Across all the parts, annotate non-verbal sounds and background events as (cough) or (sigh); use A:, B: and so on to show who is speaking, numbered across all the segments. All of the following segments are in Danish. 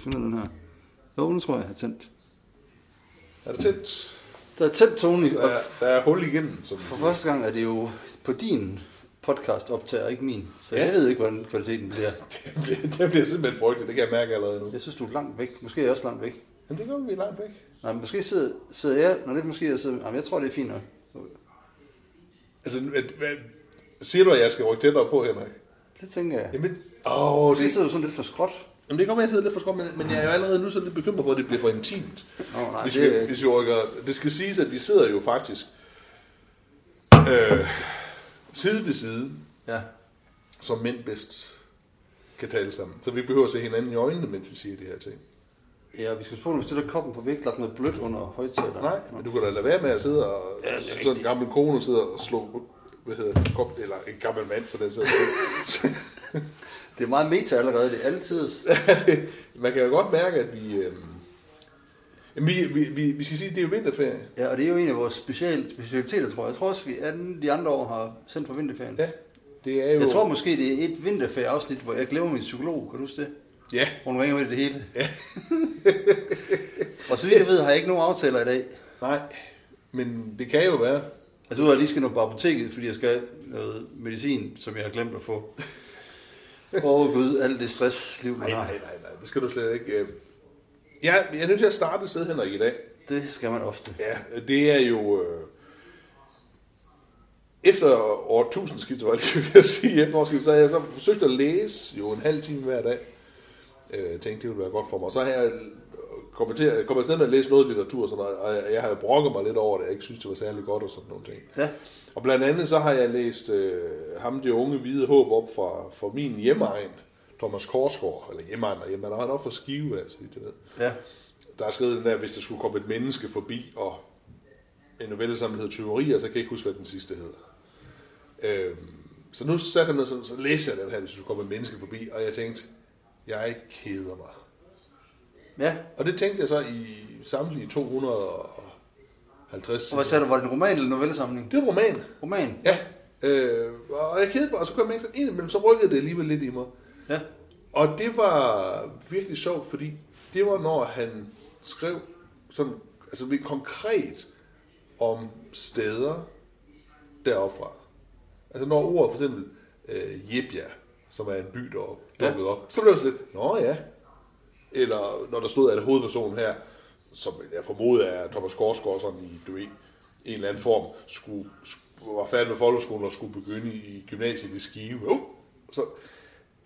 A: finder den her. Jo, nu tror jeg, jeg har tændt.
B: Er det tæt?
A: Der er tændt, Tony,
B: Der
A: og
B: er, der er hul igennem. Som...
A: for første gang er det jo på din podcast optager, ikke min. Så ja.
B: Ja.
A: jeg ved ikke, hvordan kvaliteten bliver.
B: (laughs) Det bliver, det bliver simpelthen frygteligt, det kan jeg mærke allerede nu.
A: Jeg synes, du er langt væk. Måske er jeg også langt væk.
B: Jamen det går vi langt væk.
A: Nej, men måske sidder, sidder jeg... Nå, det er måske, jeg sidder... Jamen, jeg tror, det er fint nok.
B: Altså, hvad, hvad, siger du, at jeg skal rykke tættere på, Henrik?
A: Det tænker jeg.
B: Jamen, åh,
A: Måske
B: det,
A: sidder du sådan lidt for skråt.
B: jamen, det kan godt være, at jeg sidder lidt for skråt, men, men jeg er jo allerede nu så lidt bekymret for, at det bliver for intimt.
A: Nå, nej,
B: hvis,
A: det er
B: vi,
A: ikke.
B: hvis vi rykker, det skal siges, at vi sidder jo faktisk øh, side ved side,
A: Ja.
B: som mænd bedst kan tale sammen. Så vi behøver at se hinanden i øjnene, mens vi siger de her ting.
A: Ja, vi skal spørge, når vi stiller koppen på vægt, lagt noget blødt under højtaleren.
B: Nej, men du kan da lade være med at sidde og... Ja, sådan en gammel kone sidder og slå... Hvad hedder det? Kop, eller en gammel mand, for den sags (laughs) skyld.
A: Det er meget meta allerede, det er altid.
B: Man kan jo godt mærke, at vi... Øh, vi, vi, vi, vi skal sige, at det er jo vinterferie.
A: Ja, og det er jo en af vores special, specialiteter, tror jeg. Jeg tror også, vi anden, de andre år har sendt for vinterferien.
B: Ja, det er jo...
A: Jeg tror måske, det er et vinterferieafsnit, hvor jeg glemmer min psykolog. Kan du huske det?
B: Ja,
A: Hvor hun ringer med det hele. Ja. (laughs) og så vidt jeg ved, har jeg ikke nogen aftaler i dag.
B: nej. Men det kan jo være.
A: Altså, ud af, at jeg lige skal nå på apoteket, fordi jeg skal noget medicin, som jeg har glemt at få. Åh oh, gud, alt det stress, liv man
B: Nej,
A: har.
B: nej, nej, nej. Det skal du slet ikke... Øh. Jeg, jeg er nødt til at starte et sted, Henrik, i dag.
A: Det skal man ofte.
B: Ja, det er jo... Øh, efter årtusindskiftet, var det, jeg vil sige, efter årtusindskiftet, så har jeg så forsøgt at læse jo en halv time hver dag. Øh, Jeg tænkte, det ville være godt for mig. Og så har jeg kommet til kommet afsted med at læse noget litteratur, og sådan noget, og jeg- jeg har jo brokket mig lidt over det, jeg ikke synes, det var særlig godt og sådan nogle ting.
A: Ja,
B: Og blandt andet så har jeg læst øh, ham, det unge hvide håb, op fra, fra min hjemmeegn, Thomas Korsgaard, eller hjemmeegn og hjemmeegn, han er oppe fra Skive, altså, det ved
A: ja.
B: der er skrevet den der, hvis der skulle komme et menneske forbi, og en novelle sammen hedder Tyverier, så kan jeg ikke huske, hvad den sidste hedder. Øhm, så nu satte jeg mig sådan, så læser jeg den her, hvis der skulle komme et menneske forbi, og jeg tænkte, jeg keder mig.
A: Ja,
B: Og det tænkte jeg så i samtlige 250
A: og hvad
B: sider.
A: sagde du, var det en roman eller en novellesamling?
B: øh, Det er en roman.
A: Roman?
B: Ja. Øh, og jeg kedede mig, og så kom jeg ikke sådan ind imellem, så rykkede det alligevel lidt i mig.
A: Ja.
B: Og det var virkelig sjovt, fordi det var, når han skrev sådan, altså lidt konkret om steder deroppefra. Altså når ordet for eksempel øh, Jebja, som er en by, der
A: Ja.
B: dukkede op, så blev det sådan lidt, nå ja. Eller når der stod, at hovedpersonen her, som jeg formoder er Thomas Korsgaard sådan i, du ved, en eller anden form, skulle, skulle, var færdig med folkeskolen og skulle begynde i gymnasiet i Skive. Oh! Så,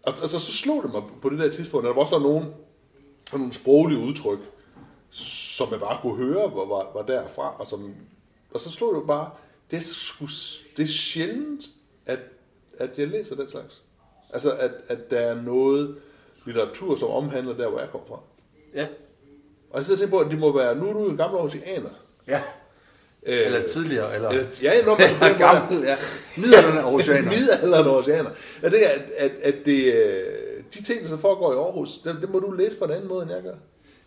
B: og, altså, så slog det mig på det der tidspunkt, at der var også nogle, nogle sproglige udtryk, som jeg bare kunne høre, var, var, var derfra. Og, som, og så slog det mig bare, det er, sgu, det er sjældent, at, at jeg læser den slags. Altså, at, at der er noget litteratur, som omhandler der, hvor jeg kommer fra.
A: Ja.
B: Og jeg sidder og tænker på, at det må være, nu er du jo gamle oceaner.
A: Ja.
B: Øh,
A: Eller tidligere, eller...
B: eller, ja, altså, når
A: (laughs)
B: man
A: Ja, gammel, ja.
B: (laughs)
A: Midlerne og oceaner.
B: Middelalderen oceaner. Jeg tænker, at, at, at det, øh, de ting, der så foregår i Aarhus, det, det må du læse på en anden måde, end jeg gør.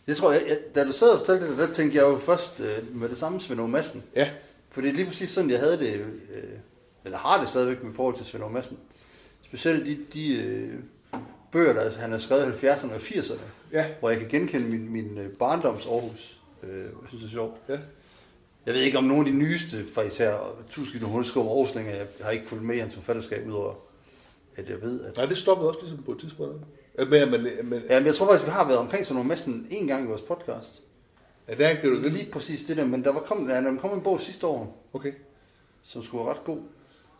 A: Jeg tror, jeg, jeg, da du sad og fortalte det, der tænkte jeg jo først øh, med det samme Svend Åge Madsen.
B: Ja.
A: For det er lige præcis sådan, jeg havde det, øh, eller har det stadigvæk med forhold til Svend Åge Madsen. Specielt de, de øh, bøger, der han har skrevet i 70'erne og 80'erne,
B: Ja.
A: hvor jeg kan genkende min, min øh, barndoms Aarhus. Øh, jeg synes, det er sjovt.
B: ja.
A: Jeg ved ikke om nogle af de nyeste, fra især Tusind Hundskov og Aarhuslinger, jeg har ikke fulgt med i hans forfatterskab, udover at jeg ved, at
B: Nej, det stoppede også ligesom på et tidspunkt. ikke? Øh, Men, men, men
A: Ja, men jeg tror faktisk, vi har været omkring sådan nogle massen en gang i vores podcast.
B: ja, der kan du
A: Det er
B: lige...
A: lige præcis det der, men der var kom, der, der kom en bog sidste år,
B: Okay.
A: som skulle være ret god,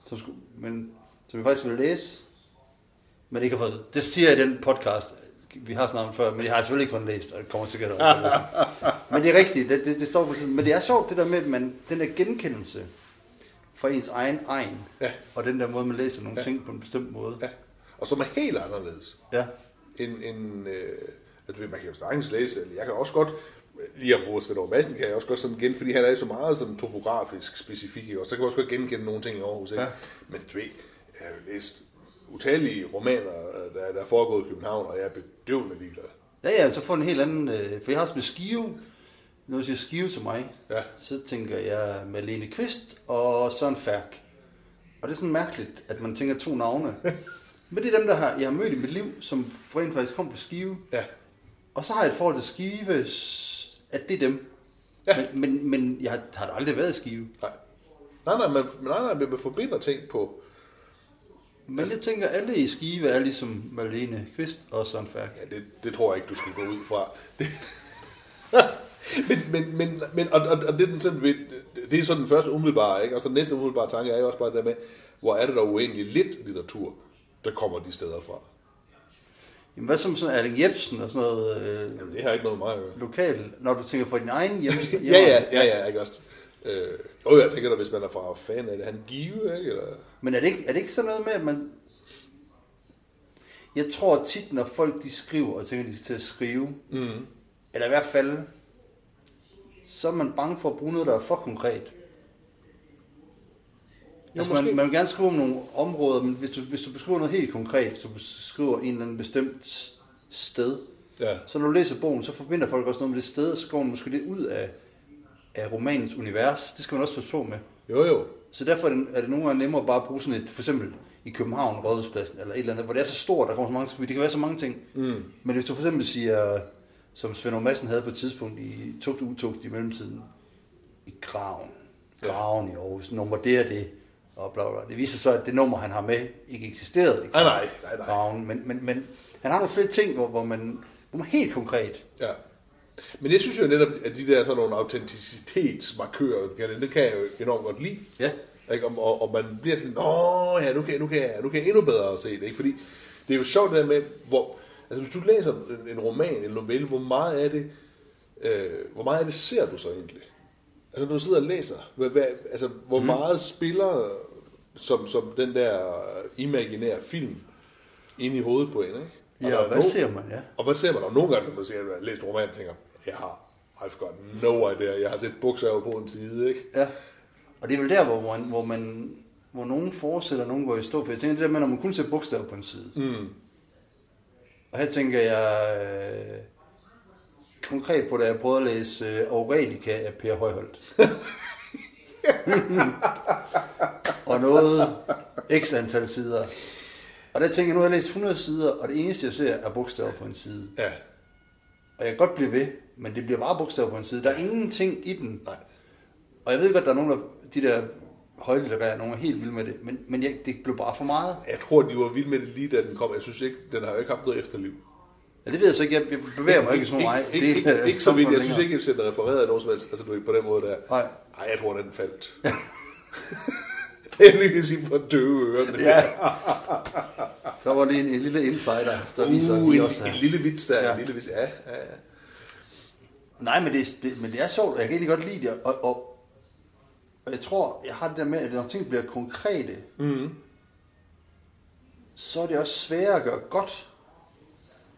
A: som, skulle, men, som jeg faktisk ville læse, men ikke har fået. Det siger jeg i den podcast, vi har snakket om før, men jeg har selvfølgelig ikke fået den læst, og det kommer sikkert også til at læse.
B: (laughs)
A: Men det er rigtigt, det, det, det står på siden. Men det er sjovt det der med, at man, den der genkendelse fra ens egen egen,
B: Ja.
A: og den der måde, man læser nogle
B: Ja.
A: ting på en bestemt måde.
B: Ja. Og som er helt anderledes.
A: Ja.
B: en, en øh, altså, du ved, man kan jo sagtens læse, eller jeg kan også godt, lige at bruge Svend Aage Madsen, kan jeg også godt sådan gen, fordi han er jo så meget sådan topografisk specifik, ikke? og så kan jeg også godt genkende nogle ting i Aarhus, ikke?
A: Ja.
B: Ja. men du ved, jeg har jo læst utallige romaner, øh, der, der er foregået i København, og jeg er bedøvende ligeglad.
A: Ja, ja, så får den en helt anden... Øh, for jeg har også med Skive. Når du siger Skive til mig,
B: Ja.
A: så tænker jeg Malene Kvist og Søren Færk. Og det er sådan mærkeligt, at man tænker
B: (laughs)
A: to navne. Men det er dem, der har, jeg har mødt i mit liv, som rent faktisk kom fra Skive.
B: Ja.
A: Og så har jeg et forhold til Skive, s- at det er dem.
B: Ja.
A: Ja. Men, men, men jeg har, har da aldrig været i Skive.
B: Nej. Nej, nej, man, nej, nej, men man forbinder ting på...
A: Men altså, jeg tænker, alle i Skive er ligesom Malene Kvist og Søren Færk.
B: Ja, det, det tror jeg ikke, du skal gå ud fra. (laughs) Det... men, men, men, men og, og, og det, er den sådan, ved- det er sådan den første umiddelbare, ikke? Og så den næste umiddelbare tanke er jo også bare det der med, hvor er det der uendelig lidt litteratur, der kommer de steder fra.
A: Jamen, hvad som sådan Erling Jebsen og sådan noget øh,
B: Jamen, det har ikke noget med mig at gøre.
A: lokal, når du tænker på din egen hjemme?
B: Ja, ja, ja, ja, ikke også? Øh, jo, jeg tænker da, hvis man er fra fan af det, han give, ikke? Eller...
A: Men er det, ikke, er det ikke sådan noget med, at man... Jeg tror tit, når folk de skriver, og tænker de skal til at skrive, mm. eller i hvert fald, så er man bange for at bruge noget, der er for konkret. Jo, altså, man,
B: måske.
A: man vil gerne skrive om nogle områder, men hvis du, hvis du beskriver noget helt konkret, hvis du beskriver en eller anden bestemt s- sted,
B: Ja.
A: så når du læser bogen, så forbinder folk også noget med det sted, og så går man måske lidt ud af, af romanens univers. Det skal man også passe på med.
B: Jo, jo.
A: Så derfor er det, er det nogle gange nemmere bare at bruge sådan et, for eksempel i København, Rådhuspladsen, eller et eller andet, hvor det er så stort, der kommer så mange forbi. Det kan være så mange ting. Mm. Men hvis du for eksempel siger, som Svend Aage Madsen havde på et tidspunkt i tugt og utugt i mellemtiden, i Graven, Graven i Aarhus, nummer det og det, og bla, bla, bla. Det viser sig, at det nummer, han har med, ikke eksisterede i
B: Nej, nej, nej, nej.
A: Graven. Men, men, men han har nogle flere ting, hvor, hvor, man, hvor man helt konkret
B: Ja. Men jeg synes jo netop, at de der sådan nogle autenticitetsmarkører, kan jeg- det kan jeg jo enormt godt lide.
A: Ja.
B: Ikke? Og, og, og, man bliver sådan, åh ja, nu kan, jeg- nu, kan jeg, nu kan jeg endnu bedre se det. Ikke? Fordi det er jo sjovt det der med, hvor, altså hvis du læser en, en roman, en novelle, hvor meget af det, øh, hvor meget af det ser du så egentlig? Altså når du sidder og læser, hvad, hvad, altså, hvor
A: Mhm.
B: mm. meget spiller øh, som, som den der imaginære film ind i hovedet på en, ikke? Og der er
A: hvad
B: no-
A: ser man, ja.
B: og hvad ser man? Og nogle gange, som du siger, at jeg har læst en roman, og tænker, jeg har, I've got no idea, jeg har set bukser på en side, ikke?
A: Ja. Og det er vel der, hvor man, hvor man hvor nogen fortsætter, og nogen går i stå. For jeg tænker, det der med, når man kun ser bogstaver på en side. Mm. Og her tænker jeg øh, konkret på, da jeg prøvede at læse øh, Aurelica af Per Højholdt. (laughs) og noget x antal sider. Og der tænker jeg, nu har jeg læst 100 sider, og det eneste, jeg ser, er bogstaver på en side.
B: Ja.
A: Og jeg kan godt blive ved, men det bliver bare bogstaver på en side. Der er ingenting i den.
B: Nej.
A: Og jeg ved godt, der er nogle af de der højlitterære, nogle er helt vilde med det, men, men jeg, det blev bare for meget.
B: Jeg tror, de var vilde med det lige da den kom. Jeg synes ikke, den har jo ikke haft noget efterliv.
A: Ja, det ved jeg så ikke, jeg, jeg bevæger mig ikke i sådan
B: ikke,
A: meget.
B: ikke, ikke, ikke, ikke så vidt. Jeg synes ikke, at den er refereret af nogen som helst. Altså, du er ikke på den måde der.
A: Nej.
B: Nej, jeg tror, den faldt. (laughs) det er lige at sige for døve ører. det
A: Ja.
B: der.
A: Der var lige en, en lille insider, der viser
B: Uh,
A: uh,
B: en,
A: også
B: en,
A: her.
B: lille vits der. Ja.
A: Ja.
B: En lille vits. Ja, ja, ja.
A: Nej, men det, det, men det er sjovt, og jeg kan egentlig godt lide det, og, og, og jeg tror, jeg har det der med, at når ting bliver konkrete, mm. så er det også sværere at gøre godt.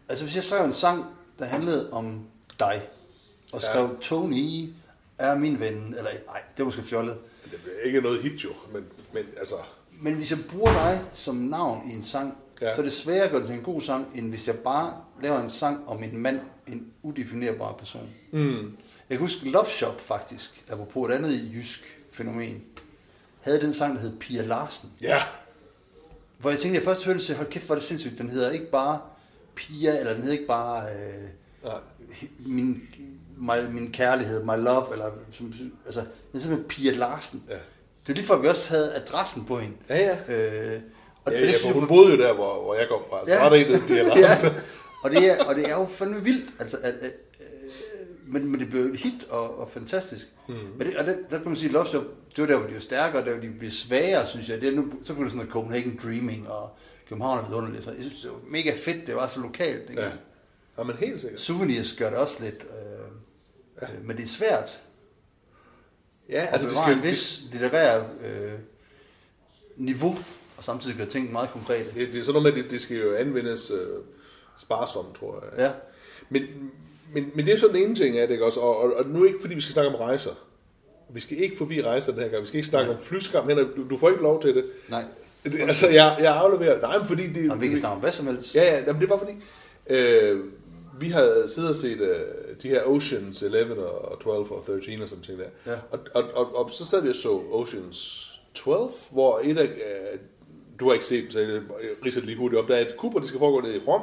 A: Altså hvis jeg skrev en sang, der handlede om dig, og
B: Ja.
A: skrev ja. Tony er min ven, eller nej, det er måske fjollet,
B: Men Det bliver ikke noget hit jo, men, men altså...
A: Men hvis jeg bruger dig som navn i en sang,
B: Ja.
A: ja. så er det sværere at gøre det til en god sang, end hvis jeg bare laver en sang om en mand, en udefinerbar person. Mm. Jeg kan huske Love Shop faktisk, apropos et andet jysk fænomen, havde den sang, der hed Pia Larsen.
B: Ja.
A: Hvor jeg tænkte, jeg først hørte det, hold kæft, hvor er det sindssygt. Den hedder ikke bare Pia, eller den hedder ikke bare øh,
B: Nej.
A: min, my, min kærlighed, my love, eller som, altså, den er simpelthen Pia Larsen.
B: Ja.
A: Det er lige før, vi også havde adressen på hende.
B: Ja, ja.
A: Øh, og
B: Ja,
A: det,
B: ja,
A: det
B: for
A: synes jeg
B: hun boede jo der, hvor, hvor jeg kom fra. Så ja. var der en, der hedder
A: (laughs)
B: Larsen.
A: ja. og, det er, og det er jo fandme vildt, altså, at, at, øh, men, men det blev et hit og, og fantastisk. Mm. Men det, og det, der kan man sige, Love Shop, det var der, hvor de var stærkere, der hvor de blev svagere, synes jeg. Det er nu, så blev det sådan noget Copenhagen Dreaming og København er vidunderligt. Så jeg synes, det var mega fedt, det var så lokalt. Ikke?
B: Ja. ja, men helt sikkert.
A: Souvenirs gør det også lidt, øh, ja. men det er svært
B: Ja,
A: altså, det skal en vis litterær øh, niveau, og samtidig gøre ting meget konkrete.
B: det, det er sådan noget med, at det, det skal jo anvendes øh, sparsomt, tror jeg.
A: Ja.
B: Men, men, men det er jo sådan den ene ting af det, ikke også? Og, og, og nu ikke, fordi vi skal snakke om rejser. Vi skal ikke forbi rejser den her gang. Vi skal ikke snakke om flyskam. Henrik, du, du får ikke lov til det.
A: Nej,
B: det altså, jeg, jeg afleverer... Nej, men fordi det...
A: og vi kan snakke om hvad som helst.
B: Ja, ja, jamen, det er bare fordi, øh, vi har siddet og set øh, de her Oceans 11 og 12 og 13 og sådan ting der.
A: Ja.
B: Og, og, og, og, så sad vi og så Oceans 12, hvor et af, øh, du har ikke set dem, så jeg ridser det lige hurtigt op, der er et kub, og det skal foregå nede i Rom,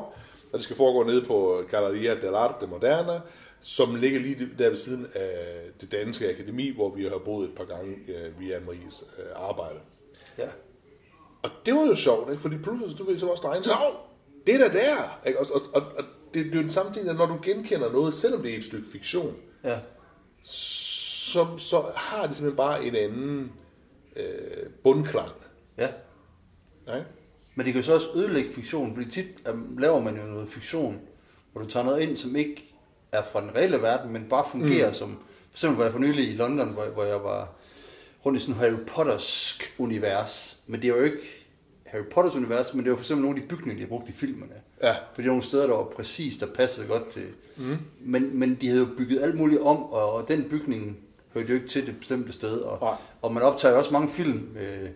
B: og det skal foregå nede på Galleria dell'Arte Moderna, som ligger lige der ved siden af det danske akademi, hvor vi har boet et par gange øh, via Maries øh, arbejde.
A: Ja.
B: Og det var jo sjovt, ikke? fordi pludselig du ved, så var også drenge, så "Hov, det er da der! Ikke? Og, og, og, og det, det er jo den samme ting, at når du genkender noget, selvom det er et stykke fiktion,
A: Ja.
B: så, så har det simpelthen bare en anden øh, bundklang.
A: Ja.
B: Ikke?
A: Men det kan jo så også ødelægge fiktion, fordi tit øhm, laver man jo noget fiktion, hvor du tager noget ind, som ikke er fra den reelle verden, men bare fungerer mm. som... For eksempel var jeg for nylig i London, hvor, hvor jeg var rundt i sådan et Harry Pottersk univers. Men det er jo ikke Harry Potters univers, men det var for eksempel nogle af de bygninger, de har brugt i filmerne.
B: Ja.
A: Fordi der var nogle steder, der var præcis, der passede godt til. Mm. Men, men de havde jo bygget alt muligt om, og, og den bygning hørte jo ikke til det bestemte sted.
B: Nej.
A: Og, og man optager jo også mange film, øh,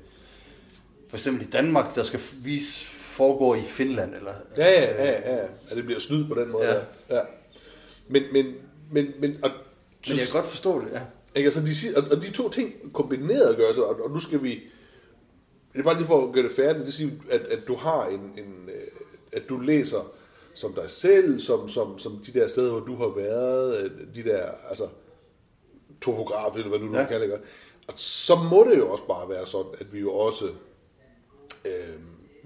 A: for eksempel i Danmark, der skal f- vise foregå i Finland. Eller,
B: Ja, ja, ja, ja. At det bliver snydt på den måde.
A: Ja.
B: Ja. ja. Men, men, men, men, og,
A: Men jeg kan godt forstå det, ja.
B: Ikke? Altså, de, siger- og- og de to ting kombineret gør så, og, og nu skal vi... Det er bare lige for at gøre det færdigt, det siger, at, at du har en, en... øh, At du læser som dig selv, som, som, som de der steder, hvor du har været, øh, de der, altså, topograf, eller hvad du nu
A: Ja.
B: ja. kalder det. Og så må det jo også bare være sådan, at vi jo også øh,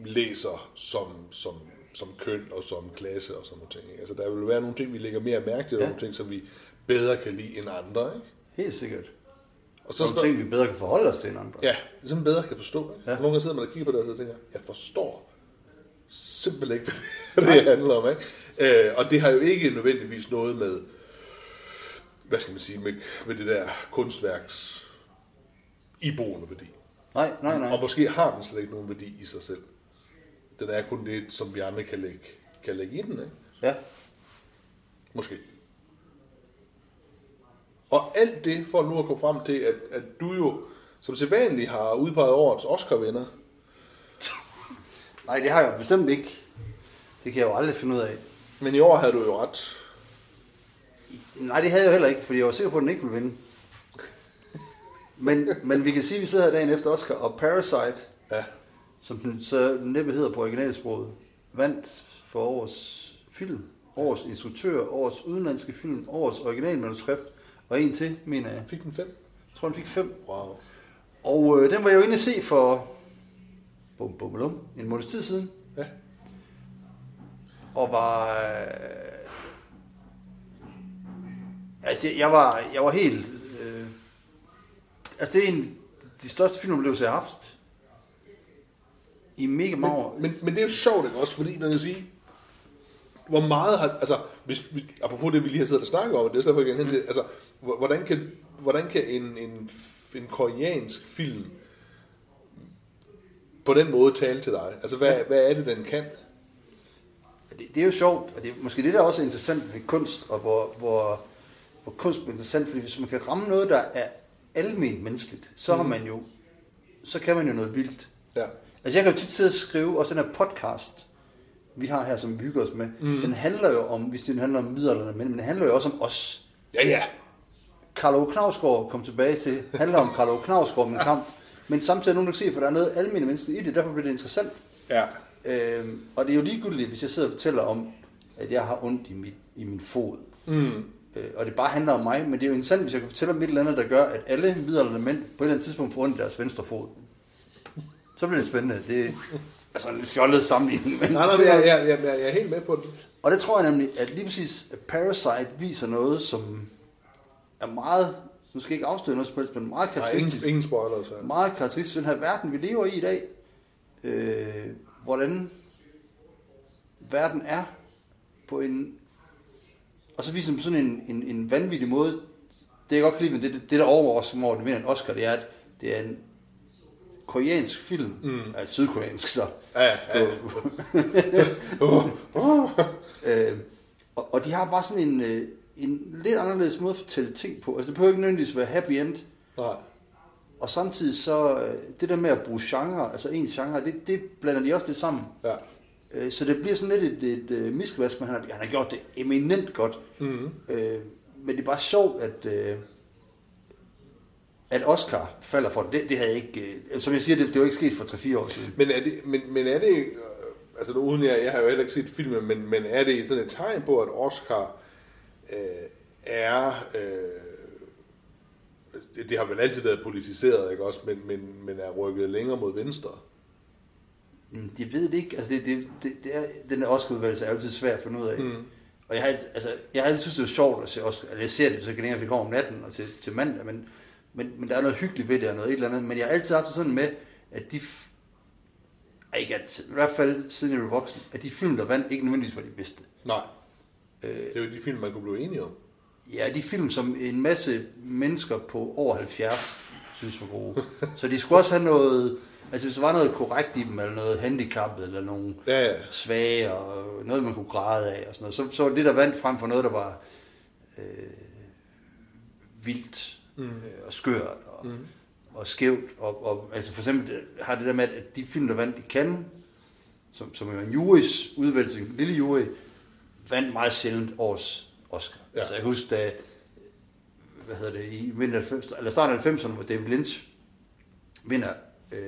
B: læser som, som, som køn og som klasse og sådan nogle ting. ikke? Altså, der vil være nogle ting, vi lægger mere mærke til, og
A: Ja.
B: nogle ting, som vi bedre kan lide end andre, ikke?
A: Helt sikkert.
B: Og så
A: Så nogle
B: sådan,
A: ting, vi bedre kan forholde os til end andre.
B: ja, ligesom bedre kan forstå. Ikke?
A: Ja.
B: Ja. Nogle gange sidder man og kigger på det, og så tænker, jeg, jeg forstår simpelthen ikke, (laughs) hvad det handler om. Ikke? Øh, og det har jo ikke nødvendigvis noget med, hvad skal man sige, med, med det der kunstværks iboende værdi.
A: Nej, nej, nej.
B: Og måske har den slet ikke nogen værdi i sig selv. Den er kun det, som vi andre kan lægge, kan lægge i den. Ikke?
A: Ja. (laughs)
B: Måske. Og alt det for nu at komme frem til, at, at du jo som sædvanligt har udpeget årets Oscar-vinder.
A: Nej, det har jeg bestemt ikke. Det kan jeg jo aldrig finde ud af.
B: Men i år havde du jo ret.
A: Nej, det havde jeg jo heller ikke, fordi jeg var sikker på, at den ikke ville vinde. Men, men vi kan sige, at vi sidder her dagen efter Oscar, og Parasite,
B: Ja.
A: som den så næppe hedder på originalsproget, vandt for årets film, årets instruktør, årets udenlandske film, årets originalmanuskript, og en til, mener jeg.
B: Fik den fem?
A: Jeg tror, den fik fem.
B: Wow.
A: Og øh, den var jeg jo inde at se for bum, bum, bum, en måneds tid siden,
B: Ja.
A: og var... Øh, altså, jeg, jeg, var, jeg var helt... Øh, altså, det er en af de største filmoplevelser, jeg har haft. I mega mange år.
B: Men, men det er jo sjovt, ikke også? Fordi man kan sige, hvor meget har... Altså, hvis, hvis, apropos det, vi lige har siddet og snakket om, og det er så derfor, jeg gerne hen til, altså, hvor- hvordan kan, hvordan kan en, en, en koreansk film på den måde tale til dig? Altså, hvad, hvad er det, den kan?
A: det, det er jo sjovt, og det er måske det, der også er interessant ved kunst, og hvor, hvor, hvor kunst er interessant, fordi hvis man kan ramme noget, der er almen menneskeligt, så har man jo, så kan man jo noget vildt.
B: Ja.
A: Altså jeg kan jo tit sidde og skrive, også den her podcast, vi har her, som vi hygger os med, mm. den handler jo om, hvis den handler om middelalderne, men den handler jo også om os.
B: Ja, ja.
A: Carlo Knavsgaard kom tilbage til, handler om Carlo Knavsgaard om en kamp, men samtidig er nogen, der kan se, for der er noget almindeligt menneskeligt i det, derfor bliver det interessant.
B: Ja.
A: Øhm, og det er jo ligegyldigt, hvis jeg sidder og fortæller om, at jeg har ondt i, mit, i min fod. Mm. Øh, og det bare handler om mig, men det er jo interessant, hvis jeg kan fortælle om et eller andet, der gør, at alle middelalderne mænd på et eller andet tidspunkt får ondt i deres venstre fod. Så bliver det spændende. Det er altså en fjollet sammenligning. Men
B: Nej, nej, jeg, jeg, jeg, jeg, jeg er helt med på den.
A: og det tror jeg nemlig, at lige præcis Parasite viser noget, som er meget, nu skal jeg ikke afsløre noget som helst, men meget
B: Der er ingen,
A: karakteristisk
B: ingen spoilers her.
A: meget karakteristisk for den her verden, vi lever i i dag. Øh, hvordan verden er på en... Og så viser den på sådan en, en, en vanvittig måde. Det jeg godt kan lide, men det, det, det der overrasker mig over, at den vinder en Oscar, det er, at det er en koreansk film. Mm. Altså sydkoreansk, så.
B: Ja, ja, ja. Uh, uh.
A: (laughs) Øh, og, og de har bare sådan en, øh, en lidt anderledes måde at fortælle ting på. Altså det behøver ikke nødvendigvis være happy end,
B: Nej.
A: Og samtidig så, øh, det der med at bruge genre, altså ens genre, det, det blander de også lidt sammen.
B: Ja.
A: Øh, Så det bliver sådan lidt et, et, et miskvask, men han har, han har gjort det eminent godt. Mm-hmm. Men det er bare sjovt, at, øh, at Oscar falder for det. Det, det havde jeg ikke, øh, som jeg siger, det, det var ikke sket for 3-4 år siden.
B: Men er det, men, men er det, øh, altså uden jeg, jeg har jo heller ikke set filmen, men, men er det sådan et tegn på, at Oscar øh, er, øh, det, det har vel altid været politiseret, ikke også, men, men, men er rykket længere mod venstre?
A: Mm, De ved det ikke. Altså, det, det, det, det er, den der Oscar-udvalgelse er altid svær at finde ud af.
B: Mhm.
A: Mm. Og jeg har, altid- altså, jeg har altid synes, det er sjovt at se Oscar. Eller jeg ser det, så jeg kan ikke engang komme om natten og til, til mandag. Men, men, men der er noget hyggeligt ved det og noget et eller andet. Men jeg har altid haft det sådan med, at de... f- Ej, Ikke altid, men i hvert fald siden jeg blev voksen, at de film, der vandt, ikke nødvendigvis var de bedste.
B: Nej. Øh, det er jo de film, man kunne blive enige om.
A: Ja, de film, som en masse mennesker på over 70 synes var gode. Så de skulle også have noget... Altså, hvis der var noget korrekt i dem, eller noget handicappet, eller nogle
B: Ja, ja.
A: svage, og noget, man kunne græde af, og sådan noget, så, så var det, der vandt frem for noget, der var øh, vildt mm. øh, og skørt og, mm. og skævt. Og, og, altså for eksempel øh, har det der med, at de film, der vandt i Cannes, som, som jo er en jurys udvælgelse, en lille jury, vandt meget sjældent års Oscar.
B: Ja.
A: Ja. Altså jeg kan huske, da, hvad hedder det, i midten af 90'erne, eller starten af 90'erne, hvor David Lynch vinder øh,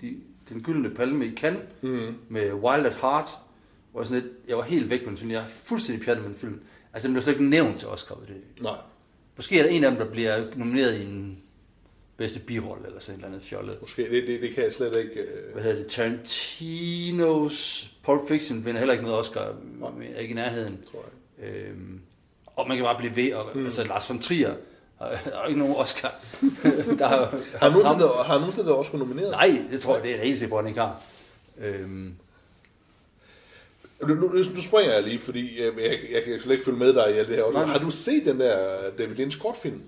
A: de, den gyldne palme i Cannes mm. med Wild at Heart, hvor jeg, sådan lidt, jeg var helt væk med den film, jeg er fuldstændig pjattet med den film. Altså den blev slet ikke nævnt til Oscar ved det.
B: Nej.
A: Måske er der en af dem, der bliver nomineret i en bedste birolle eller sådan et eller andet fjollet.
B: Måske, det, det, det kan jeg slet ikke... Øh,
A: Hvad hedder det? Tarantinos Pulp Fiction vinder heller ikke noget Oscar, men er ikke i nærheden.
B: tror jeg.
A: Øhm, og man kan bare blive ved, og mm. altså Lars von Trier har har jo ikke nogen Oscar. (laughs) der har,
B: Har han nogensinde været- har han nogensinde været Oscar nomineret?
A: Nej, det tror jeg, det er det eneste, hvor han ikke har. Øhm,
B: Nu, nu, nu springer jeg lige, fordi øh, jeg, jeg kan slet ikke følge med dig i alt det her.
A: Nej, nej.
B: Har du set den der David Lynch kortfilm?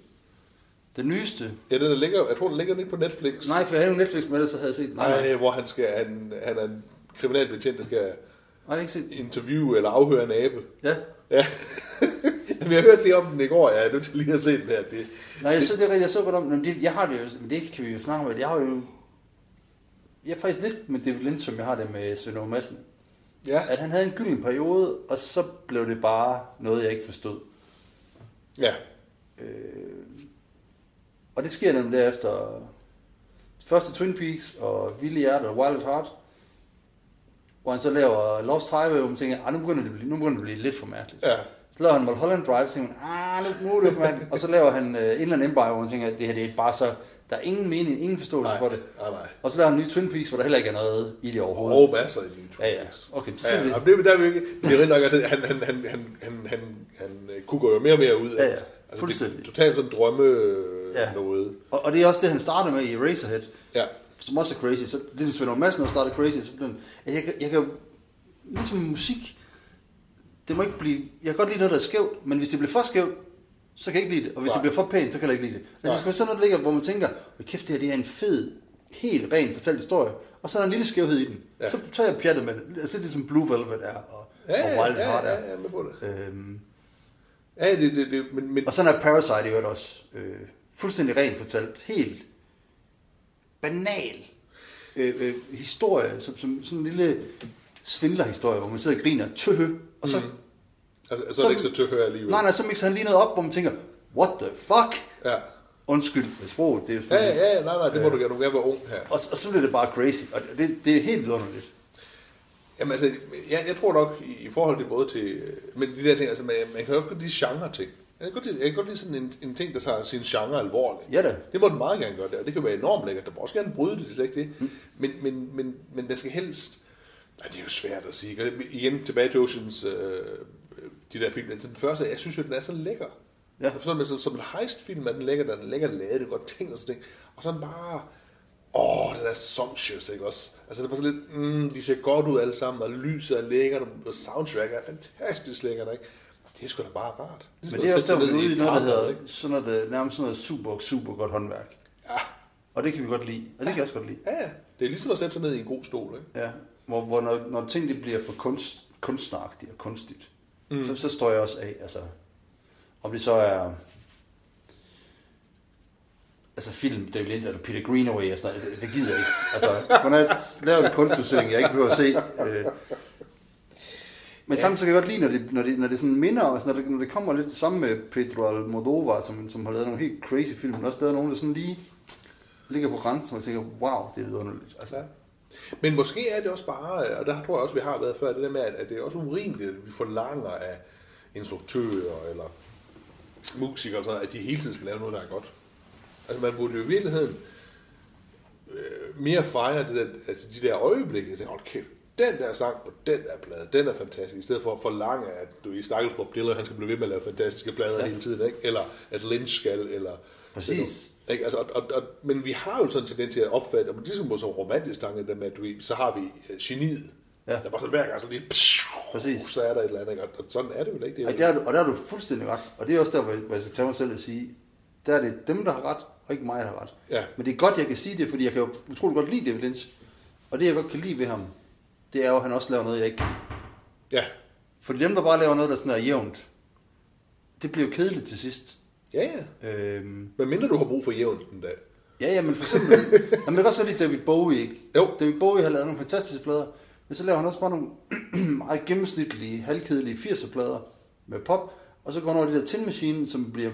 A: den nyeste?
B: Ja, den der ligger, jeg tror, den ligger den ikke på Netflix.
A: Nej, for jeg havde jo Netflix med det, så havde jeg set den. Nej, nej,
B: Ej, hvor han, skal, han, han er en kriminalbetjent, der skal
A: jeg har ikke set den.
B: interviewe eller afhøre en abe. (laughs)
A: Ja.
B: Ja. Jamen, jeg hørte lige om den i går, ja. Jeg er nødt til lige at se den her. Det,
A: Nej, jeg så det er rigtigt, jeg så godt om men det. Jeg har det jo, men det kan vi jo snakke om, at jeg har jo... Jeg er faktisk lidt med David Lynch, som jeg har det med Svend Aage Madsen.
B: ja.
A: At han havde en gylden periode, og så blev det bare noget, jeg ikke forstod. Øh,
B: ja.
A: Og det sker nemlig derefter. Første Twin Peaks og Vilde Hjerte og Wild at Heart. Hvor han så laver Lost Highway, hvor man tænker, "Ah, nu begynder det at blive, nu begynder det at blive lidt for mærkeligt.
B: Ja.
A: Så laver han Mulholland Drive, så tænker man, ah, nu, nu er det for mærkeligt. og så laver han uh, Inland Empire, hvor man tænker, at det her det er bare så, der er ingen mening, ingen forståelse
B: Nej.
A: for det.
B: Nej, nej.
A: Og så laver han en ny Twin Peaks, hvor der heller ikke er noget i det overhovedet.
B: Og masser i YouTube.
A: Ja, ja. Okay, så
B: Ja,
A: ja, ja.
B: ja. Jamen, det, er- der er vi ikke. Men det er rigtig nok, altså, han, han, han, han, han, han, han øh, kukker jo mere og mere ud. af-
A: Ja, ja.
B: Altså, det er
A: Fuldstændig.
B: totalt sådan drømme øh,
A: Ja.
B: noget.
A: Og, og, det er også det, han starter med i Eraserhead,
B: Ja.
A: som også er crazy. Så ligesom Svend Aage Madsen, der startede crazy, så blev den, at jeg, kan- jeg kan jo- ligesom musik, det må ikke blive, jeg kan godt lide noget, der er skævt, men hvis det bliver for skævt, så kan jeg ikke lide det. Og hvis
B: Nej.
A: det bliver for pænt, så kan jeg ikke lide det. Altså,
B: Nej.
A: det skal være sådan noget, der ligger, hvor man tænker, "Åh, kæft, det her det er en fed, helt ren fortalt historie, og så er der en lille skævhed i den.
B: Ja.
A: Ja. Så tager jeg pjattet med det. Altså, det er som Blue Velvet er, og,
B: Ja,
A: og Wild
B: ja,
A: Heart
B: ja,
A: er.
B: ja, jeg er med på det.
A: Øhm,
B: Ja, det, det, det, men, men
A: og sådan er Parasite i øvrigt også øh, fuldstændig rent fortalt. Helt banal øh, øh, historie, som, som sådan en lille svindlerhistorie, hvor man sidder og griner, tøhø, og så, mm.
B: altså, så er det ikke så tørt her alligevel.
A: nej, nej, så mixer han lige noget op, hvor man tænker, what the fuck?
B: Ja.
A: Undskyld med sproget, det er jo
B: Ja,
A: selvfølgelig-
B: ja, nej, nej, det må du gerne. Du må gerne være ung her.
A: Og, og så bliver det bare crazy, og det, det er helt vidunderligt.
B: Jamen altså, jeg, jeg tror nok i, i forhold til både til... øh, Men de der ting, altså man, man kan jo også godt lide genre-ting. Jeg kan godt lide, jeg kan godt lide sådan en, en ting, der tager sin genre alvorligt.
A: Ja da.
B: Det må den meget gerne gøre, det, og det kan være enormt lækkert. Der må også gerne bryde det, det er slet ikke det. Mm. Men, men, men, men der skal helst... Nej, det er jo svært at sige. Og Igen, tilbage til Oceans, øh, de der film. Altså den første, jeg synes jo, den er så lækker.
A: Ja.
B: Sådan, med, som, som en heistfilm er den lækker, den er lækker lavet, det er godt ting og sådan ting. Og så er den bare... Åh, oh, den er sumptuous, ikke også? Altså, det er bare sådan lidt, mm, de ser godt ud alle sammen, og lyset er lækkert, og soundtrack er fantastisk lækkert, ikke? Det er sgu da bare rart. er sgu
A: Men det
B: da
A: er
B: at
A: også der,
B: sætte
A: hvor vi
B: sig
A: er
B: ned
A: ude i
B: et
A: noget, der
B: par-
A: hedder
B: ikke?
A: sådan noget, nærmest sådan noget super, super godt håndværk.
B: Ja,
A: Og det kan vi godt lide, og det kan jeg også godt lide.
B: ja, ja. Det er ligesom at sætte sig ned i en god stol, ikke?
A: Ja, hvor, hvor når, når ting de bliver for kunst, kunstneragtige og kunstigt, mm. så, så står jeg også af, altså, om det så er, altså film, David Lynch eller Peter Greenaway, og sådan noget, altså, det gider jeg ikke. Altså, når jeg laver en kunstudstilling, jeg ikke behøver at se, øh, men ja. samtidig kan jeg godt lide, når det, når det, når det sådan minder, altså når det, når det kommer lidt det samme med Pedro Almodovar, som, som har lavet nogle helt crazy film, men også lavet nogle, der sådan lige ligger på grænsen, og jeg tænker, wow, det er vidunderligt. Altså,
B: Ja. Men måske er det også bare, øh, og der tror jeg også, vi har været før, det der med, at at det er også urimeligt, at vi forlanger af instruktører eller musikere, og sådan, noget, at de hele tiden skal lave noget, der er godt. Altså man burde jo i virkeligheden øh, mere fejre det der, altså de der øjeblikke, og tænke, hold kæft, den der sang på den der plade, den er fantastisk, i stedet for at forlange, at du i stakkels Bob Dylan, han skal blive ved med at lave fantastiske plader ja. hele tiden, ikke? eller at Lynch skal, eller...
A: Præcis.
B: Ikke? Altså, og, og, og, men vi har jo sådan en tendens til at opfatte, og det er sådan som romantisk tanke, der med, at du, ved, så har vi øh, geniet, ja.
A: Ja.
B: der bare sådan hver gang, så lige, psh,
A: Præcis.
B: så er der et eller andet, ikke? og og sådan er det vel ikke? Det er
A: Ej,
B: jo,
A: der er, du- og der er du fuldstændig ret. Og det er også der, hvor jeg, hvor jeg skal tage mig selv og sige, der er det dem, der har ret, og ikke mig, der har ret.
B: Ja.
A: Men det er godt, jeg kan sige det, fordi jeg kan jo utrolig godt lide David Lynch. Og det, jeg godt kan lide ved ham, det er jo, at han også laver noget, jeg ikke kan.
B: ja.
A: For dem, der bare laver noget, der sådan er jævnt, det bliver jo kedeligt til sidst.
B: ja, ja.
A: Øhm,
B: Men mindre du har brug for jævn den dag.
A: ja, ja, men for eksempel,
B: (laughs)
A: jamen, jeg kan også godt lide David Bowie, ikke?
B: Jo.
A: David Bowie har lavet nogle fantastiske plader, men så laver han også bare nogle (clears throat) meget gennemsnitlige, halvkedelige 80'er plader med pop, og så går han over det der Tin Machine, som bliver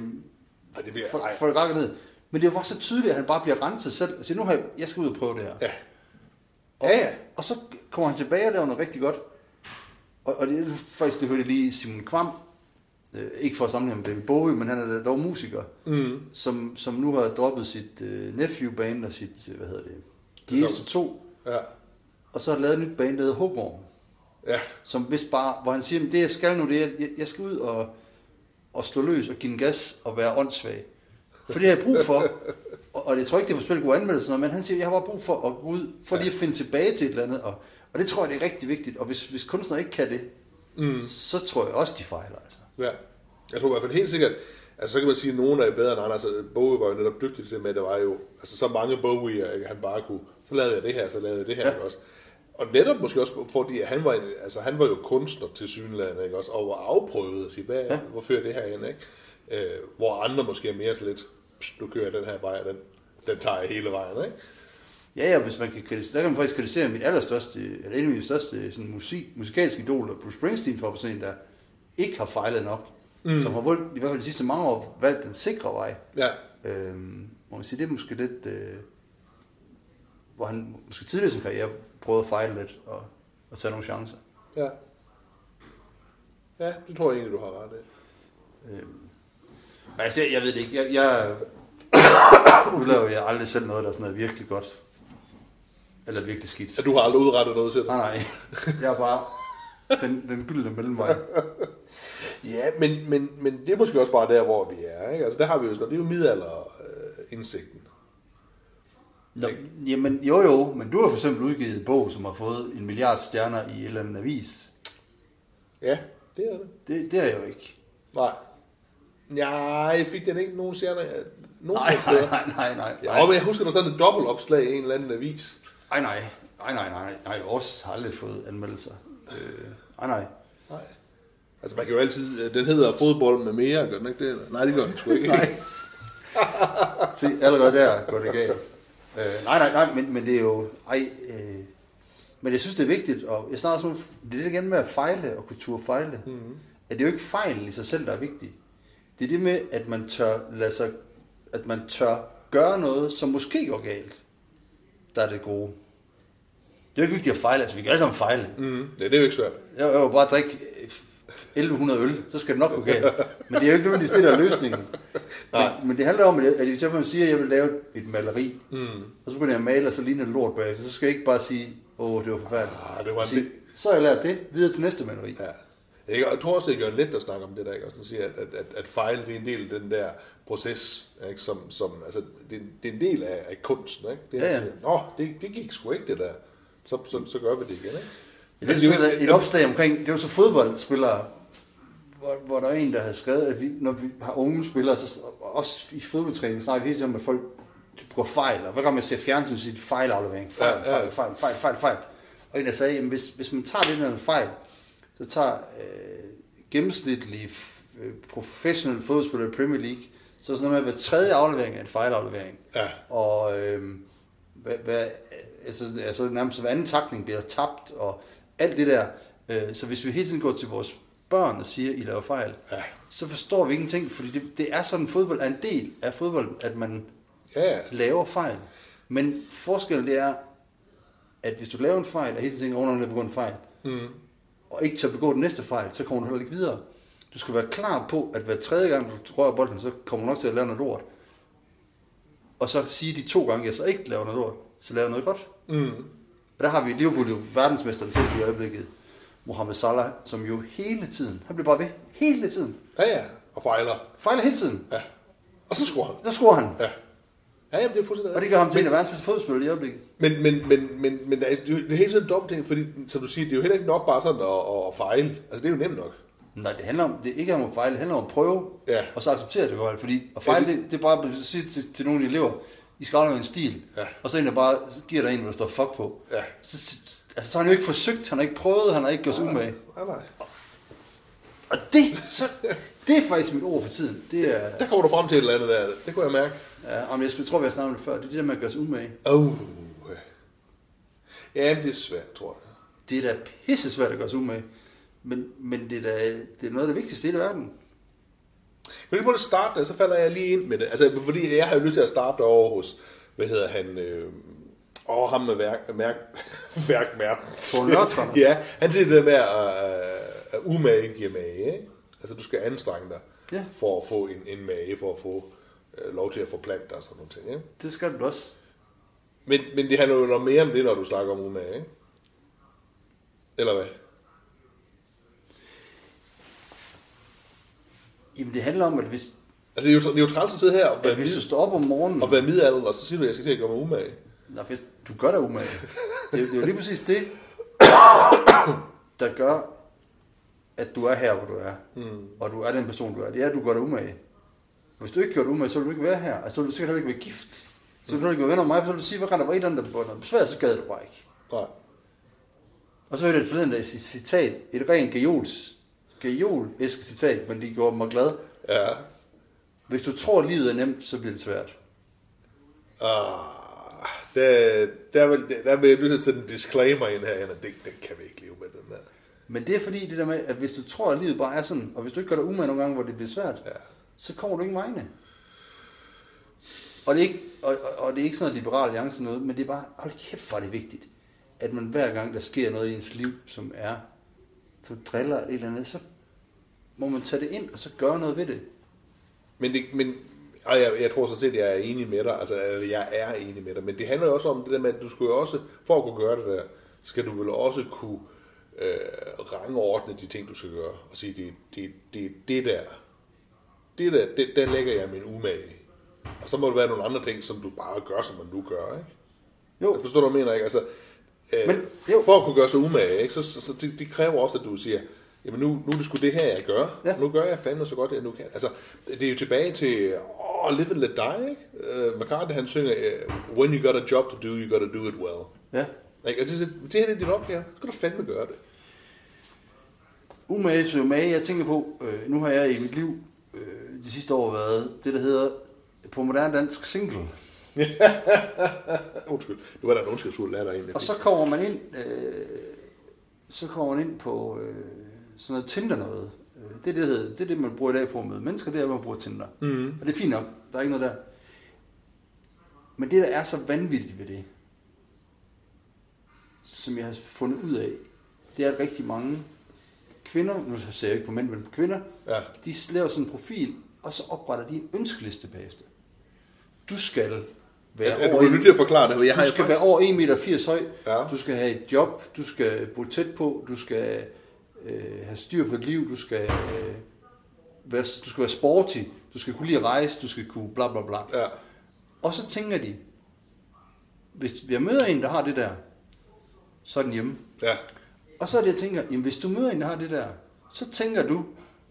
B: Nej, det bliver,
A: folk,
B: ej.
A: folk rakker ned. Men det var så tydeligt, at han bare bliver renset selv. Altså, nu har jeg, jeg skal ud og prøve det her.
B: Ja. Ja, ja.
A: Og så kommer han tilbage og laver noget rigtig godt. Og, og det er faktisk, det hørte jeg lige Simon Kvam, øh, ikke for at sammenligne med David Bowie, men han er da dog musiker, mm. som, som nu har droppet sit øh, Nephew Band og sit, øh, hvad hedder det, de
B: så-
A: eneste to,
B: Ja.
A: og så har han lavet et nyt band, der hedder Hugorm,
B: Ja.
A: som vist bare, hvor han siger, "Men det jeg skal nu, det er, jeg, jeg skal ud og, og slå løs og give en gas og være åndssvag. For det har jeg brug (laughs) for. Og, og jeg tror ikke, det er for spil god anmeldelse, og sådan noget, men han siger, jeg har bare brug for at gå ud, for lige at finde tilbage til et eller andet. Og, og det tror jeg, det er rigtig vigtigt. Og hvis, hvis kunstnere ikke kan det, mm. så tror jeg også, de fejler. Altså.
B: Ja. Jeg tror i hvert fald helt sikkert, altså så kan man sige, at nogen er bedre end andre. Altså, Bowie var jo netop dygtig til det med, at der var jo altså, så mange Bowie, ikke? han bare kunne, så lavede jeg det her, så lavede jeg det her, ja.
A: Ja.
B: ikke også? Og netop måske også fordi, at han var, en, altså, han var jo kunstner til synlandet, ikke også? Og var afprøvet at sige, hvad, ja.
A: Ja.
B: hvor fører det her hen, ikke? Øh, hvor andre måske er mere sådan lidt, "Pst, nu kører jeg den her vej, og den, den tager jeg hele vejen, ikke?
A: Ja, ja, hvis man kan kritisere, der kan man faktisk kritisere mit allerstørste, eller en af mine største sådan musik, musikalske idoler, Bruce Springsteen for på der ikke har fejlet nok. Mm. Som har valgt, i hvert fald de sidste mange år valgt den sikre vej.
B: Ja,
A: Øhm, må man sige, det er måske lidt, øh, hvor han måske tidligere i sin karriere prøvede at fejle lidt og, og tage nogle chancer.
B: ja. Ja, det tror jeg egentlig, du har ret i.
A: Øhm, men altså, jeg, jeg ved det ikke. Jeg, jeg, (coughs) nu laver jeg aldrig selv noget, der er sådan noget virkelig godt. Eller virkelig skidt.
B: At du har aldrig udrettet noget selv?
A: Nej, nej. Jeg er bare den, den gyldne mellemvej.
B: Ja, men, men, men det er måske også bare der, hvor vi er. Ikke? Altså, der har vi jo sådan, det er jo øh, middelalderindsigten.
A: Nå, jamen, jo jo, men du har for eksempel udgivet en bog, som har fået en milliard stjerner i en eller anden avis.
B: Ja, det er det.
A: Det, det er jeg jo ikke.
B: Nej. Nej, fik den ikke nogen stjerner? øh, Nogen
A: Nej,
B: nej,
A: nej,
B: steder.
A: nej, nej, nej.
B: Ja, men jeg husker, der var sådan et dobbeltopslag i en eller anden avis.
A: Ej, nej. Ej, nej, nej. Nej, Aarhus har aldrig fået anmeldelser. Øh, ej, nej.
B: Nej. Altså, man kan jo altid... øh, Den hedder fodbold med mere, gør den ikke det? Eller- Nej, det gør den sgu ikke. nej.
A: Se, allerede der går det galt. Øh, nej, nej, nej, men, men det er jo... Ej, øh, men jeg synes, det er vigtigt, og jeg snakker også om, det er det igen med at fejle og kunne turde fejle. Mm-hmm. At det er jo ikke fejlen i sig selv, der er vigtig. Det er det med, at man tør, lade sig, at man tør gøre noget, som måske går galt, der er det gode. Det er jo ikke vigtigt at fejle, altså vi kan alle sammen fejle.
B: (laughs) Mm, ja, det er jo ikke svært.
A: Jeg jeg vil bare drikke øh, 1100 øl, så skal det nok gå
B: (laughs)
A: galt. Men det er jo ikke nødvendigvis det, der er løsningen. Men, men det handler om, at jeg- at hvis jeg for eksempel siger, at jeg vil lave et maleri, mm. og så begynder jeg at male, og så ligner det lort bag, så skal jeg ikke bare sige, åh, det var forfærdeligt.
B: Ah, det var en
A: sige,
B: bit-
A: så har jeg lært det, videre til næste maleri. Ja.
B: Ja. Ikke? Og Jeg tror også, det er Jørgen Let, der snakker om det der, ikke? Også, han siger, at, at, at, at fejle det er en del af den der proces, ikke? Som, som, altså, det, er- det er en del af, af kunsten. Ikke? Det,
A: Ja, ja.
B: han Siger, Nå, det, det gik sgu ikke, det der. Så, så, så gør vi det igen. Ikke?
A: Det er selvfølgelig et opslag omkring, det var så fodboldspillere, hvor, hvor der er en, der havde skrevet, at vi, når vi har unge spillere, så og også i fodboldtræning snakker vi hele tiden om, at folk bruger fejl, og hver gang man ser fjernsyn, så siger de fejlaflevering, fejl,
B: Ja, ja.
A: fejl, fejl, fejl, fejl, fejl. Og en, der sagde, at hvis, hvis man tager det der fejl, så tager øh, gennemsnitlige f- øh, professionelle fodboldspillere i Premier League, så er sådan noget med, at hver tredje aflevering er en fejlaflevering.
B: Ja.
A: Og øh, hvad, hvad, altså, altså nærmest hver anden takning bliver tabt, og alt det der. Øh, så hvis vi hele tiden går til vores børn og siger, I laver fejl,
B: Ja.
A: så forstår vi ingenting, fordi det, det er sådan, fodbold er en del af fodbold, at man
B: Ja, ja.
A: laver fejl. Men forskellen det er, at hvis du laver en fejl, og hele tiden tænker, at oh, jeg begået en fejl, mm. og ikke til at begå den næste fejl, så kommer du heller ikke videre. Du skal være klar på, at hver tredje gang, du rører bolden, så kommer du nok til at lave noget lort. Og så sige de to gange, jeg så ikke laver noget lort, så laver jeg noget godt.
B: Mm.
A: Og der har vi Liverpool jo verdensmesteren til i øjeblikket. Mohamed Salah, som jo hele tiden, han bliver bare ved, hele tiden,
B: Ja, ja. Og fejler.
A: fejler hele tiden.
B: Ja. Og så scorer han.
A: Så scorer han.
B: Ja. Ja, jamen, det er fuldstændig
A: Og det gør ham til en af verdens bedste fodboldspillere i øjeblikket.
B: Men, men, men, men, men altså, det er jo det er hele tiden dumt ting, fordi som du siger, det er jo heller ikke nok bare sådan at, at fejle. Altså, det er jo nemt nok.
A: Nej, det handler om, det er ikke om at fejle, det handler om at prøve,
B: Ja.
A: og så acceptere det godt. Fordi at fejle,
B: Ja,
A: det, det er bare at sige til, til nogle elever, I skal aflevere en stil,
B: Ja.
A: og så en, der bare giver dig en, hvor der står fuck på.
B: Ja.
A: Så, så- altså, så har han jo ikke forsøgt, han har ikke prøvet, han har ikke gjort sig umage.
B: Nej, nej.
A: Og det, så, det er faktisk mit ord for tiden. Det er,
B: Der kommer du frem til et eller andet der. Det kunne jeg mærke.
A: ja, om jeg tror, vi har snakket om det før, det er det der med at gøre sig umage.
B: Åh. Oh. Jamen, det er svært, tror jeg.
A: Det er da pisse svært at gøre sig umage, men, men det, er da, det er noget af det vigtigste i hele verden.
B: Men lige på det start, der, så falder jeg lige ind med det. Altså, fordi jeg har jo lyst til at starte derovre hos, hvad hedder han, øh, og ham med værk, mærk, (laughs) værk Mertens.
A: Poul Nørretranders.
B: ja, han siger det der med at, øh, at umage giver mage, ikke? Altså, du skal anstrenge dig
A: Ja.
B: for at få en, en mage, for at få øh, lov til at forplante dig og sådan nogle ting, ikke?
A: Det skal du også.
B: Men, men det handler jo noget mere om det, når du snakker om umage, ikke? Eller hvad?
A: Jamen, det handler om, at hvis,
B: Altså, det er jo, det er jo træls at sidde her og
A: at
B: være,
A: hvis du
B: mid,
A: står op om morgenen...
B: og være midalderen, og så siger du, at jeg skal til at gøre mig umage.
A: Nå, fedt. Du gør dig umage. Det, er- det er jo lige præcis det, der gør, at du er her, hvor du er. Mm. Og du er den person, du er. Det er, at du gør dig umage. Hvis du ikke gør dig umage, så vil du ikke være her. Altså, så vil du sikkert heller ikke være gift. Så vil du ikke være venner med mig, for så vil du sige, hvad kan der være en eller anden, der var noget besvær, så gad du bare ikke.
B: Nej.
A: Og så er det forleden dag et citat, et rent gajols, gajol-esk citat, men det gjorde mig glad.
B: Ja.
A: Hvis du tror, livet er nemt, så bliver det svært.
B: Ah, der, der, vil, der, der vil jeg nødt til at sætte en disclaimer ind her, Anna. Det, det kan vi ikke leve med, den her.
A: Men det er fordi det der med, at hvis du tror, at livet bare er sådan, og hvis du ikke gør dig umage nogle gange, hvor det bliver svært,
B: Ja.
A: så kommer du ikke vegne. Og det er ikke, og, og, og det er ikke sådan noget liberal alliance noget, men det er bare, hold kæft, hvor er det vigtigt, at man hver gang, der sker noget i ens liv, som er, så driller et eller andet, så må man tage det ind, og så gøre noget ved det.
B: Men, det, men og jeg, jeg tror sådan set, at jeg er enig med dig. Altså, at jeg er enig med dig. Men det handler jo også om det der med, at du skulle jo også, for at kunne gøre det der, skal du vel også kunne øh, rangordne de ting, du skal gøre. Og sige, det, det, det, det der, det der, det, der lægger jeg min umage. i. Og så må der være nogle andre ting, som du bare gør, som man nu gør, ikke?
A: Jo,
B: Jeg forstår, hvad du mener, ikke? Altså, øh,
A: Men,
B: Men,
A: jo.
B: For at kunne gøre sig umage, ikke? Så, så, så det, det, kræver også, at du siger, jamen nu, nu er det sgu det her, jeg gør.
A: Ja.
B: Ja. Nu gør jeg fandme så godt, jeg nu kan. Altså, det er jo tilbage til, åh, oh, live and let die, ikke? Uh, McCartney, han synger, øh, when you got a job to do, you got to do it well.
A: ja.
B: Ikke? Og det, er sådan, det her det er din opgave, så skal du fandme gøre det.
A: Umage, så umage, jeg tænker på, øh, nu har jeg i mit liv øh, de sidste år været det, der hedder på moderne dansk single.
B: Undskyld, det var der en ondskabsfuld latter egentlig.
A: Og så kommer man ind, øh, så kommer man ind på øh, sådan noget Tinder noget. Øh, Det er det, der hedder- det, er det, man bruger i dag på at møde mennesker, det er, at man bruger Tinder.
B: Mm-hmm.
A: Mm. Og det er fint nok, der er ikke noget der. Men det, der er så vanvittigt ved det, som jeg har fundet ud af, det er, at rigtig mange kvinder, nu ser jeg ikke på mænd, men på kvinder,
B: Ja.
A: de laver sådan en profil, og så opretter de en ønskeliste bagefter. Du skal være
B: Er, er
A: over
B: du
A: en-
B: nødt til at forklare det? men Jeg
A: du
B: har jo
A: skal
B: faktisk...
A: være over 1,80 meter høj,
B: Ja.
A: du skal have et job, du skal bo tæt på, du skal øh, have styr på dit liv, du skal, øh, være, du skal være sporty, du skal kunne lide at rejse, du skal kunne bla bla bla.
B: Ja.
A: Og så tænker de, hvis jeg møder en, der har det der, så er den hjemme.
B: ja.
A: Og så er det, jeg tænker, jamen hvis du møder en, der har det der, så tænker du,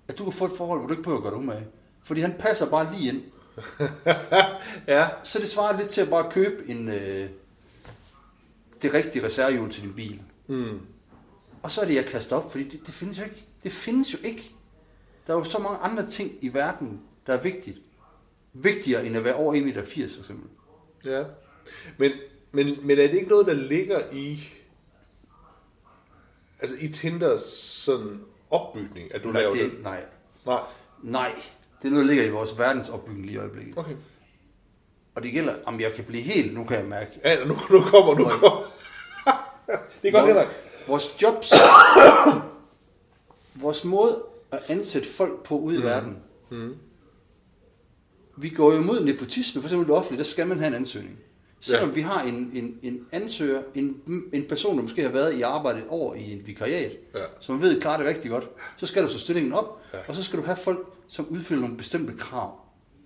A: at du kan få et forhold, hvor du ikke behøver at gøre dig umage. Fordi han passer bare lige ind.
B: ja.
A: Så det svarer lidt til at bare købe en, øh, det rigtige reservehjul til din bil.
B: Mm.
A: Og så er det, jeg kaster op, fordi det, det findes jo ikke. Det findes jo ikke. Der er jo så mange andre ting i verden, der er vigtigt. Vigtigere end at være over 1,80 meter, for eksempel.
B: Ja. Men, men, men er det ikke noget, der ligger i, altså i Tinders sådan opbygning, at du
A: Nej,
B: laver det?
A: det, nej,
B: Nej.
A: nej. Det er noget, der ligger i vores verdensopbygning lige i øjeblikket.
B: Okay.
A: Og det gælder, om jeg kan blive helt, nu kan jeg mærke.
B: Ja, nu, nu kommer, nu kommer. Det er godt,
A: Hvor-
B: Henrik.
A: Vores jobs, (coughs) vores måde at ansætte folk på
B: Mm.
A: ude i verden. Vi går jo imod nepotisme, for eksempel i det offentlige, der skal man have en ansøgning. Selvom ja.
B: Ja.
A: vi har en, en, en ansøger, en, en person, der måske har været i arbejde et år i en vikariat,
B: Ja.
A: som ved klarer det rigtig godt, så skal du så stillingen op,
B: Ja.
A: ja. og så skal du have folk, som udfylder nogle bestemte krav.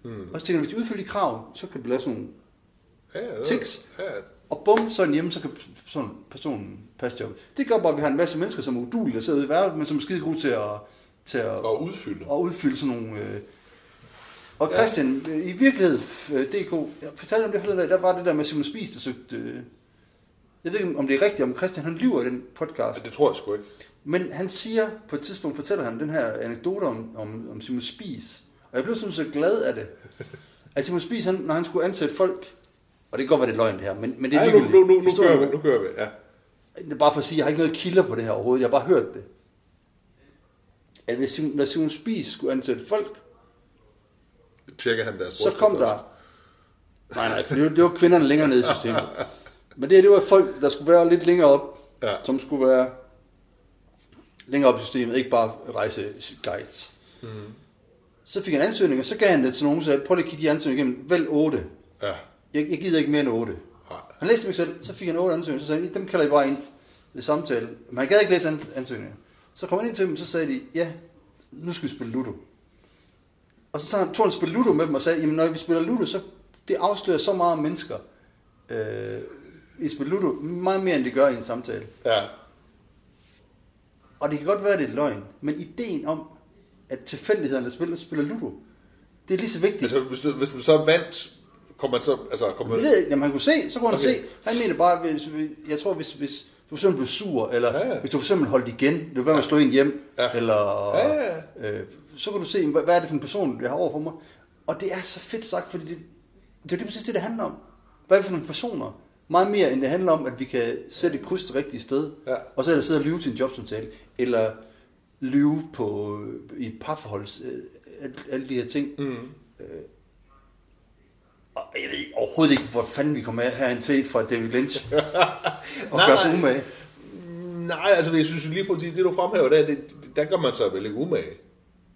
A: Mm. Og så tænker du, hvis de udfylder de krav, så kan du lave sådan nogle
B: Ja, ja,
A: Tics.
B: Ja, ja.
A: og bum, så er den hjemme, så kan sådan personen passe jobbet. Det gør bare, at vi har en masse mennesker, som er udulige, der sidder ude i verden, men som er skide gode til at, til at,
B: Og udfylde.
A: at udfylde sådan nogle... Øh... Og Christian, øh, i virkeligheden, øh, DK, jeg fortalte om det forleden dag, der var det der med Simon Spies, der søgte... Øh... Jeg ved ikke, om det er rigtigt, om Christian han lyver i den podcast.
B: Det tror jeg sgu ikke.
A: Men han siger, på et tidspunkt fortæller han den her anekdote om, om, om Simon Spies. Og jeg blev simpelthen så glad af det. At Simon Spies, han, når han skulle ansætte folk, og det kan godt være, det er løgn det her, men, men det er
B: Nej, nu,
A: ligegyldigt.
B: nu, nu, nu
A: Historien-
B: kører vi. Nu kører vi. Ja.
A: det er bare for at sige, jeg har ikke noget kilder på det her overhovedet, jeg har bare hørt det. At hvis, Simon- når Simon Spies skulle ansætte folk,
B: Tjekker han deres
A: så
B: bryster
A: kom
B: først.
A: der... Nej, nej, for det var, det var kvinderne længere nede i systemet. Men det her, det var folk, der skulle være lidt længere op,
B: Ja.
A: som skulle være længere op i systemet, ikke bare rejseguides. Mm. Så fik han ansøgninger, så gav han det til nogen, så sagde, prøv lige at kigge de ansøgninger igennem, vælg 8.
B: Ja.
A: Jeg, jeg gider ikke mere end 8.
B: Nej.
A: Han læste dem ikke selv, så fik han otte ansøgninger, så sagde han, dem kalder I bare ind i samtale. Men han gad ikke læse an- ansøgninger. Så kom han ind til dem, så sagde de, ja, nu skal vi spille Ludo. Og så sagde han, tog han spille Ludo med dem og sagde, jamen når vi spiller Ludo, så det afslører så meget om mennesker. Øh, I spil Ludo, meget mere end det gør i en samtale.
B: Ja.
A: Og det kan godt være, at det er løgn, men ideen om, at tilfældighederne der spiller, spiller Ludo, det er lige så vigtigt.
B: Altså, hvis, du- hvis du så vandt, kommer man så... Altså, kommer
A: Det ved jeg ikke. Jamen, han kunne se, så kunne han
B: Okay.
A: okay. se. Han mener bare, hvis, hvis- jeg tror, hvis, hvis du for eksempel blev sur, eller
B: Ja,
A: ja,
B: ja.
A: ja. hvis du for eksempel holdt igen, det var være med at slå en hjem,
B: Ja.
A: ja. eller
B: Ja, ja,
A: Øh, så kan du se, hvad, hvad er det for en person, jeg har overfor mig. Og det er så fedt sagt, fordi det, det er jo lige præcis det, det handler om. Hvad er det for nogle personer? Meget mere, end det handler om, at vi kan sætte et kryds det rigtige sted,
B: Ja.
A: og så ellers sidde og lyve til en jobsamtale, eller lyve på, øh, i et parforhold, øh, alt- alle de her ting. Mm. Og jeg ved ikke- overhovedet ikke, hvor fanden vi kommer herhen til fra David
B: (laughs)
A: Lynch. og
B: Nej,
A: gør sig
B: nej.
A: umage.
B: Nej, altså, jeg synes lige på det, det du fremhæver der, det, der gør man sig vel ikke umage.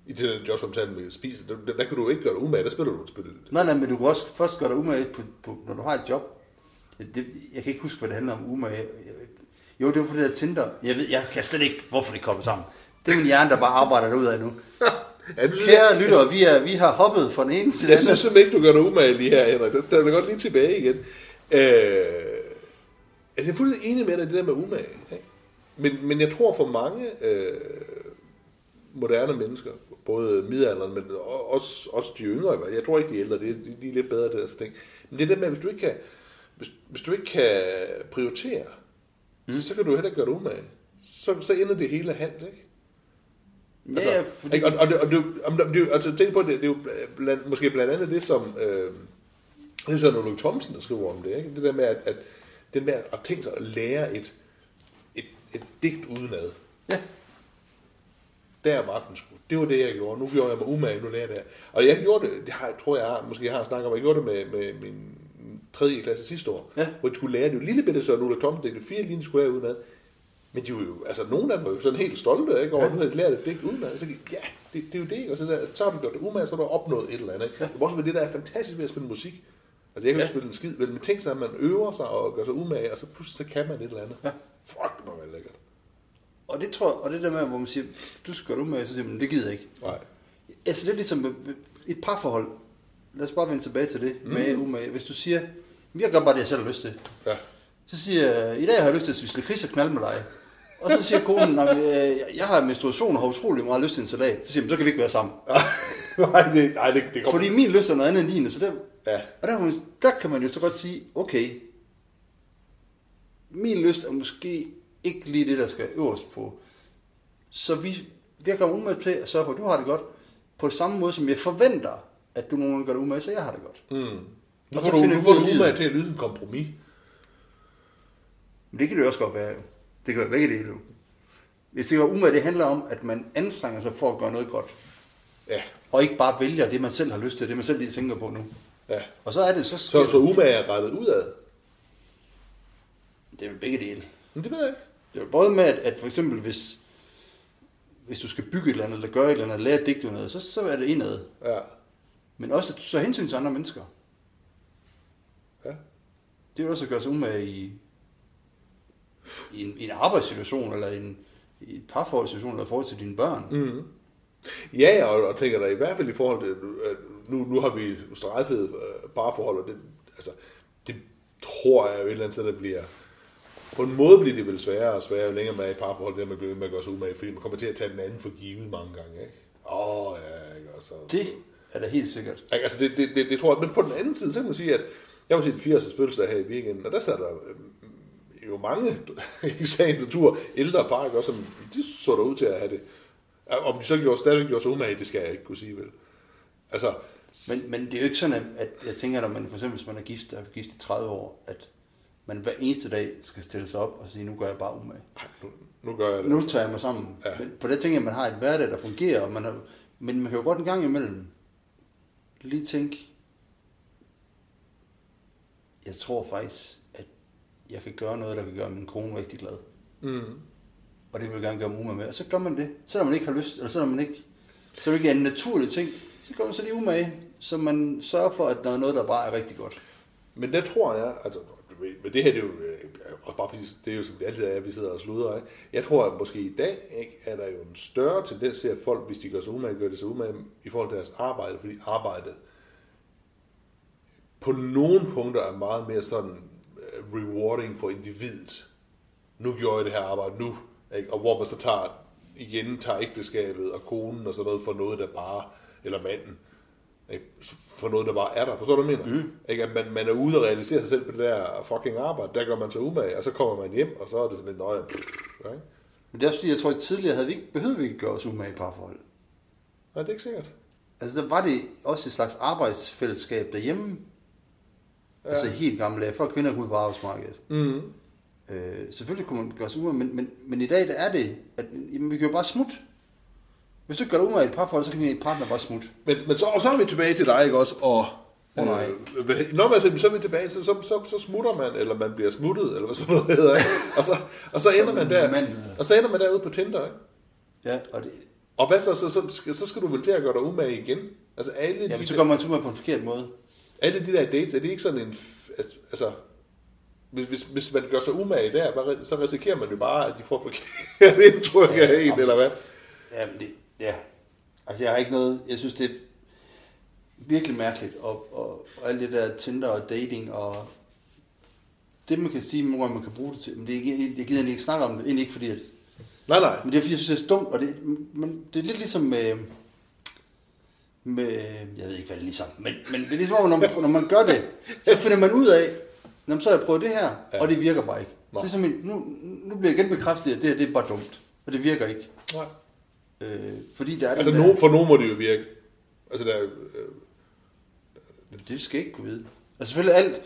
B: I til den jobsamtale med spise, der, der, der, kan du ikke gøre dig umage, der spiller du
A: (laughs)
B: et spil.
A: Nej, nej, men du kan også først gøre dig umage, på, på, når du har et job. Det, jeg kan ikke huske, hvad det handler om umage. Jo, det var på det der Tinder. Jeg, ved, jeg kan slet ikke, hvorfor det kom sammen. Det er min hjerne, der bare arbejder derudad nu.
B: Ja, du synes,
A: Kære lyttere, vi, er, vi har hoppet fra den ene til
B: Jeg
A: den
B: synes
A: anden.
B: simpelthen ikke, du gør dig umage lige her, Henrik. Der, der vil jeg godt lige tilbage igen. Øh, altså, jeg er fuldstændig enig med dig, i det der med umage. Ikke? Men, men jeg tror for mange øh, moderne mennesker, både midalderen, men o- også, også de yngre, i hvert fald. jeg tror ikke de ældre, det er, de, de er lidt bedre til at tænke. Men det er det med, at hvis du ikke kan, hvis, hvis du ikke kan prioritere, mm. så kan du heller ikke gøre dig umage. Så, så ender det hele halvt, ikke?
A: Ja, ja,
B: Altså,
A: fordi,
B: ikke? Og, og, det- og, det, om, det, det, altså, tænk på, det, det er jo blandt, måske blandt andet det, som øh, det er Søren Ulrik Thomsen, der skriver om det, ikke? det der med at, at den der at tænke sig at lære et, et, et digt udenad.
A: ja,
B: Der var den sgu. Det var det, jeg gjorde. Nu gjorde jeg mig umage, nu lærte jeg. Og jeg gjorde det, det har, tror jeg, har- måske har snakket om, jeg gjorde det med, med min tredje klasse sidste år,
A: Ja.
B: hvor de skulle lære det jo lille bitte Søren Ulrik Thomsen, det fire linjer skulle jeg udenad. Men de var jo, altså nogle af dem var jo sådan helt stolte ikke, over, at nu havde de lært et digt udenad. Så gik, ja, det, det, er jo det. ikke? Og så, der, så har du gjort det umage, så har du opnået et eller andet. Ikke? Ja. Også med det, der er fantastisk ved at spille musik. Altså jeg kan jo
A: Ja.
B: ja. spille en skid, men men tænk sig, at man øver sig og gør sig umage, og så pludselig så kan man et eller andet. Ja. Fuck, hvor er det lækkert.
A: og det tror jeg, og det der med, hvor man siger, du skal gøre dig umage, så siger man, det gider jeg ikke.
B: Nej.
A: Altså lidt ligesom med- med et parforhold. Lad os bare vende tilbage til det. Med umage. Hvis du siger, jeg gør bare det, jeg selv har lyst til. (laughs)
B: Ja.
A: Så siger jeg, i dag har jeg lyst til at spise lakrids og knalde med dig. Og så siger konen, "Nå, men, øh, jeg har menstruation og har utrolig meget lyst til en salat. Så siger jeg, "Men så kan vi ikke være sammen.
B: nej, det, nej, det, det kommer
A: Fordi min lyst er noget andet end din, så der,
B: Ja.
A: og der, kan man- der kan man jo så godt sige, okay, min lyst er måske ikke lige det, der skal øverst på. Så vi virker umiddelbart til at sørge for, at du har det godt, på samme måde, som jeg forventer, at du nogle gange gør det umiddelbart, så jeg har det godt. Mm.
B: Hmm. Nu
A: Og
B: får
A: så
B: du,
A: finder
B: nu
A: vi
B: får
A: ud af
B: du
A: livet.
B: umage til at lyde som kompromis.
A: Men det kan det jo også godt være, jo. Det kan være begge dele, jo. Hvis det går umiddelbart, det handler om, at man anstrenger sig for at gøre noget godt,
B: Ja.
A: og ikke bare vælger det, man selv har lyst til, det man selv lige tænker på nu.
B: ja.
A: Og så er det så...
B: Så, så umage er rettet udad.
A: Det er jo begge dele.
B: Men det ved jeg ikke.
A: Det er jo både med, at, at for eksempel hvis, hvis du skal bygge et eller andet, eller gøre et eller andet, eller lære at digte noget, så, så er det indad.
B: Ja.
A: Men også, at du så hensyn til andre mennesker.
B: Ja.
A: Det er jo også at gøre sig umage i, i, en, i en arbejdssituation, eller i en, i et parforholdssituation, eller i forhold til dine børn. Mm.
B: Ja, og, og tænker da i hvert fald i forhold til, at nu, nu har vi strejfet øh, parforhold, og det, altså, det tror jeg jo et eller andet sted, der bliver... På en måde bliver det vel sværere og sværere, jo længere man er i et parforhold, det der man bliver ved med at gøre sig umage, fordi man kommer til at tage den anden for givet mange gange, ikke? Åh, oh, ja, ikke? Og så,
A: Det er da helt sikkert.
B: Ikke? Altså, det, det, det, det tror jeg. Men på den anden side, så kan man sige, at jeg var til en 80'ers fødselsdag her i weekenden, og der sad der øhm, jo mange (laughs) i sagens natur, ældre par, ikke? også, som de så der ud til at have det. Om de så gjorde, stadigvæk gjorde sig umage, det skal jeg ikke kunne sige, vel? Altså,
A: Men, men det er jo ikke sådan, at, at jeg tænker, når man for eksempel, hvis man er gift, og er gift i 30 år, at man hver eneste dag skal stille sig op og sige, nu gør jeg bare umage.
B: ej, nu, nu gør jeg det.
A: Nu tager jeg mig sammen.
B: Ja.
A: Ja. Men på det tænker jeg, at man har et hverdag, der fungerer, og man har, men man kan jo godt en gang imellem lige tænke, jeg tror faktisk, at jeg kan gøre noget, der kan gøre min kone rigtig glad.
B: Mm.
A: Og det vil jeg gerne gøre mig umage med. Og så gør man det, selvom man ikke har lyst, eller selvom man ikke, så det ikke er en naturlig ting, så gør man så lige umage, så man sørger for, at der er noget, der bare er rigtig godt.
B: Men der tror jeg, altså, du ved, men det her det er jo, øh, også bare fordi det er jo som det altid er, at vi sidder og sluder, ikke? Jeg tror, at måske i dag, ikke, er der jo en større tendens til, at folk, hvis de gør sig umage, gør det sig umage i forhold til deres arbejde, fordi arbejdet på nogle punkter er meget mere sådan øh, rewarding for individet. Nu gjorde jeg det her arbejde nu, ikke? og hvor man så tager, igen tager ægteskabet og konen og sådan noget for noget, der bare, eller manden, ikke? for noget, der bare er der. Forstår du, hvad jeg mener? Mm. Ikke? At man, man er ude og realisere sig selv på det der fucking arbejde, der gør man sig umage, og så kommer man hjem, og så er det sådan lidt nøje. Ikke?
A: Men det er også fordi, jeg tror, at tidligere havde vi ikke, behøvede vi ikke gøre os umage i parforhold.
B: Nej, det er ikke sikkert.
A: Altså, der var det også et slags arbejdsfællesskab derhjemme. Ja. Altså i helt gamle dage, før kvinder kom ud på arbejdsmarkedet.
B: Mm.
A: Øh, selvfølgelig kunne man gøre sig umage, men, men, men i dag der er det, at jamen, vi kan jo bare smutte. Hvis du ikke gør dig umage i et parforhold, så kan din partner bare smutte.
B: Men, men så, og så er vi tilbage til dig, ikke også? Og,
A: Åh, nej.
B: Øh, hvad- Nå, men altså, så er vi tilbage, så, så, så, så smutter man, eller man bliver smuttet, eller hvad sådan noget hedder, ikke? Og så, og så ender man der,
A: mand.
B: og så ender man derude på Tinder, ikke?
A: Ja, og det,
B: Og hvad så, så, så, skal, så skal du vel til at gøre dig umage igen? Altså alle de,
A: jamen, så
B: der,
A: gør man sig umage på en forkert måde.
B: alle de der dates, er det ikke sådan en... f- altså- Altså, hvis, hvis, hvis man gør sig umage der, hvad ri- så risikerer man jo bare, at de får forkert (laughs) indtryk af en, eller hvad?
A: Ja, men det, ja. Altså, jeg har ikke noget... Jeg synes, det er virkelig mærkeligt, og, og, og alt det der Tinder og dating, og det, man kan sige, hvor man kan bruge det til, men det er ikke, jeg gider egentlig ikke snakke om det, egentlig ikke fordi, at
B: Nej, nej.
A: Men det er fordi, jeg synes, det er dumt, og det, men det er lidt ligesom med, med, jeg ved ikke, hvad det er ligesom, men, men det er ligesom, når man, når man gør det, så finder man ud af, "Nå, men så har jeg prøvet det her,
B: Ja.
A: ja. og det virker bare ikke.
B: Nå.
A: Nå. Ligesom, en- nu, nu bliver jeg igen bekræftet, at det her, det er bare dumt, og det virker ikke.
B: nej.
A: Øh, fordi der er
B: Altså,
A: den
B: nogen, for nogen må det jo virke. Altså, der, er jo, øh,
A: Jamen, det skal jeg ikke kunne vide. Altså selvfølgelig alt,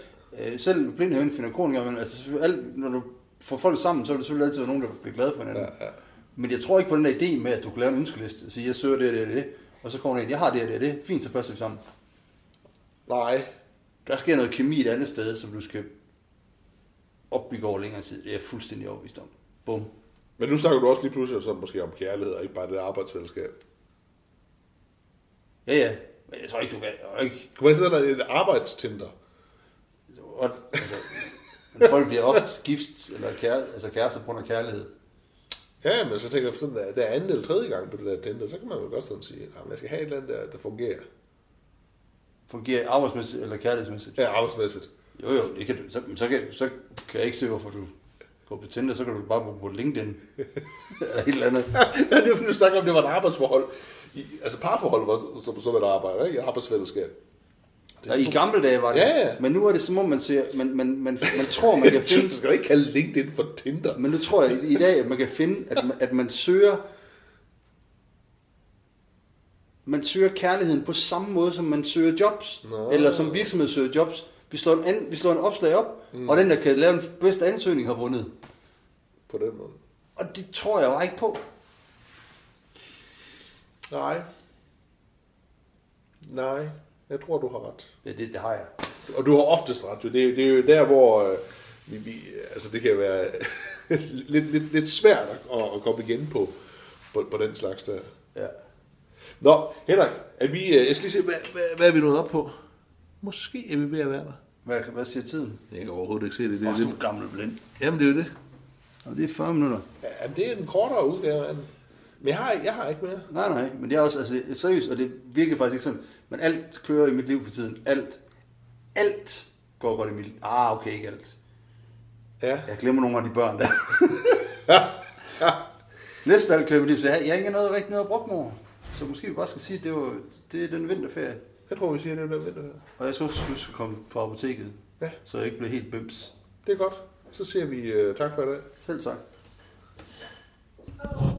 A: øh, selv blindhøven finder kroninger, men altså selvfølgelig alt, når du får folk sammen, så vil der selvfølgelig altid være nogen, der bliver glade for hinanden.
B: Ja, ja.
A: Men jeg tror ikke på den der idé med, at du kan lave en ønskeliste og sige, jeg søger det og det og det, og så kommer der en, jeg har det og det og det, fint, så passer vi sammen.
B: nej.
A: Der sker noget kemi et andet sted, som du skal opbygge over længere tid. Det er jeg fuldstændig overbevist om. Bum.
B: Men nu snakker du også lige pludselig sådan, måske om kærlighed, og ikke bare det der arbejdsfællesskab.
A: Ja, ja. Men jeg tror ikke, du kan. Jeg tror ikke.
B: Kunne man ikke sige, at der er et arbejdstinder?
A: Og, altså, men folk bliver ofte gift eller kære, altså kærester på grund af kærlighed.
B: Ja, men så tænker jeg sådan, at der er anden eller tredje gang på det der Tinder, så kan man jo godt sådan sige, at man skal have et eller andet, der, der fungerer.
A: Fungerer arbejdsmæssigt eller kærlighedsmæssigt.
B: Ja, arbejdsmæssigt.
A: Jo, jo, det kan du, så, men så, kan, så kan jeg ikke se, hvorfor du går på Tinder, så kan du bare gå på LinkedIn. eller et eller andet.
B: (laughs) ja, det er fordi, du snakker om, at det var et arbejdsforhold. I, altså parforhold var som, som, som et arbejde, ikke? Et arbejdsfællesskab.
A: Der, I gamle dage var det,
B: Ja, ja.
A: men nu er det som om, man, ser, man, man, man, man tror, man (laughs) kan
B: Jeg synes,
A: finde...
B: du skal da ikke kalde LinkedIn for Tinder.
A: Men nu tror jeg i dag, at man kan finde, at man, at man søger... Man søger kærligheden på samme måde, som man søger jobs.
B: Nå.
A: Eller som virksomhed søger jobs. Vi slår en, an, vi slår en opslag op, mm. og den, der kan lave den bedste ansøgning, har vundet.
B: På den måde.
A: Og det tror jeg bare ikke på.
B: Nej. Nej. Jeg tror, du har ret.
A: Ja, det, det har jeg.
B: Og du har oftest ret, jo. Det, er jo- det er jo der, hvor øh, vi, vi, altså det kan være (laughs) lidt, lidt, lidt svært at, at komme igen på, på, på den slags der.
A: Ja.
B: Nå, Henrik, er vi, øh, jeg skal lige se, hvad, hvad, hvad er vi nået op på? Måske er vi ved at være der.
A: Hvad, hvad siger tiden?
B: Jeg kan overhovedet ikke se det. det, er
A: Åh, du
B: det.
A: gammel blind.
B: Jamen, det er jo det.
A: Og det er 40 minutter.
B: Ja, men det er en kortere udgave af den. Men jeg har, jeg har ikke mere.
A: Nej, nej, men det er også altså, seriøst, og det virker faktisk ikke sådan. Men alt kører i mit liv for tiden. Alt. Alt går godt i mit liv. Ah, okay, ikke alt.
B: Ja.
A: Jeg glemmer nogle af de (laughs) børn der. Næste alt kører i mit liv, så jeg, jeg har ikke noget rigtig noget at bruge mig over. Så måske vi bare skal sige, at det, var, det er den vinterferie.
B: Jeg tror, vi siger, det er den vinter her.
A: Og jeg skal huske, at jeg skal komme på apoteket,
B: Ja,
A: så jeg ikke bliver helt bims.
B: øh, det er godt. Så siger vi uh, tak for i dag.
A: Selv tak.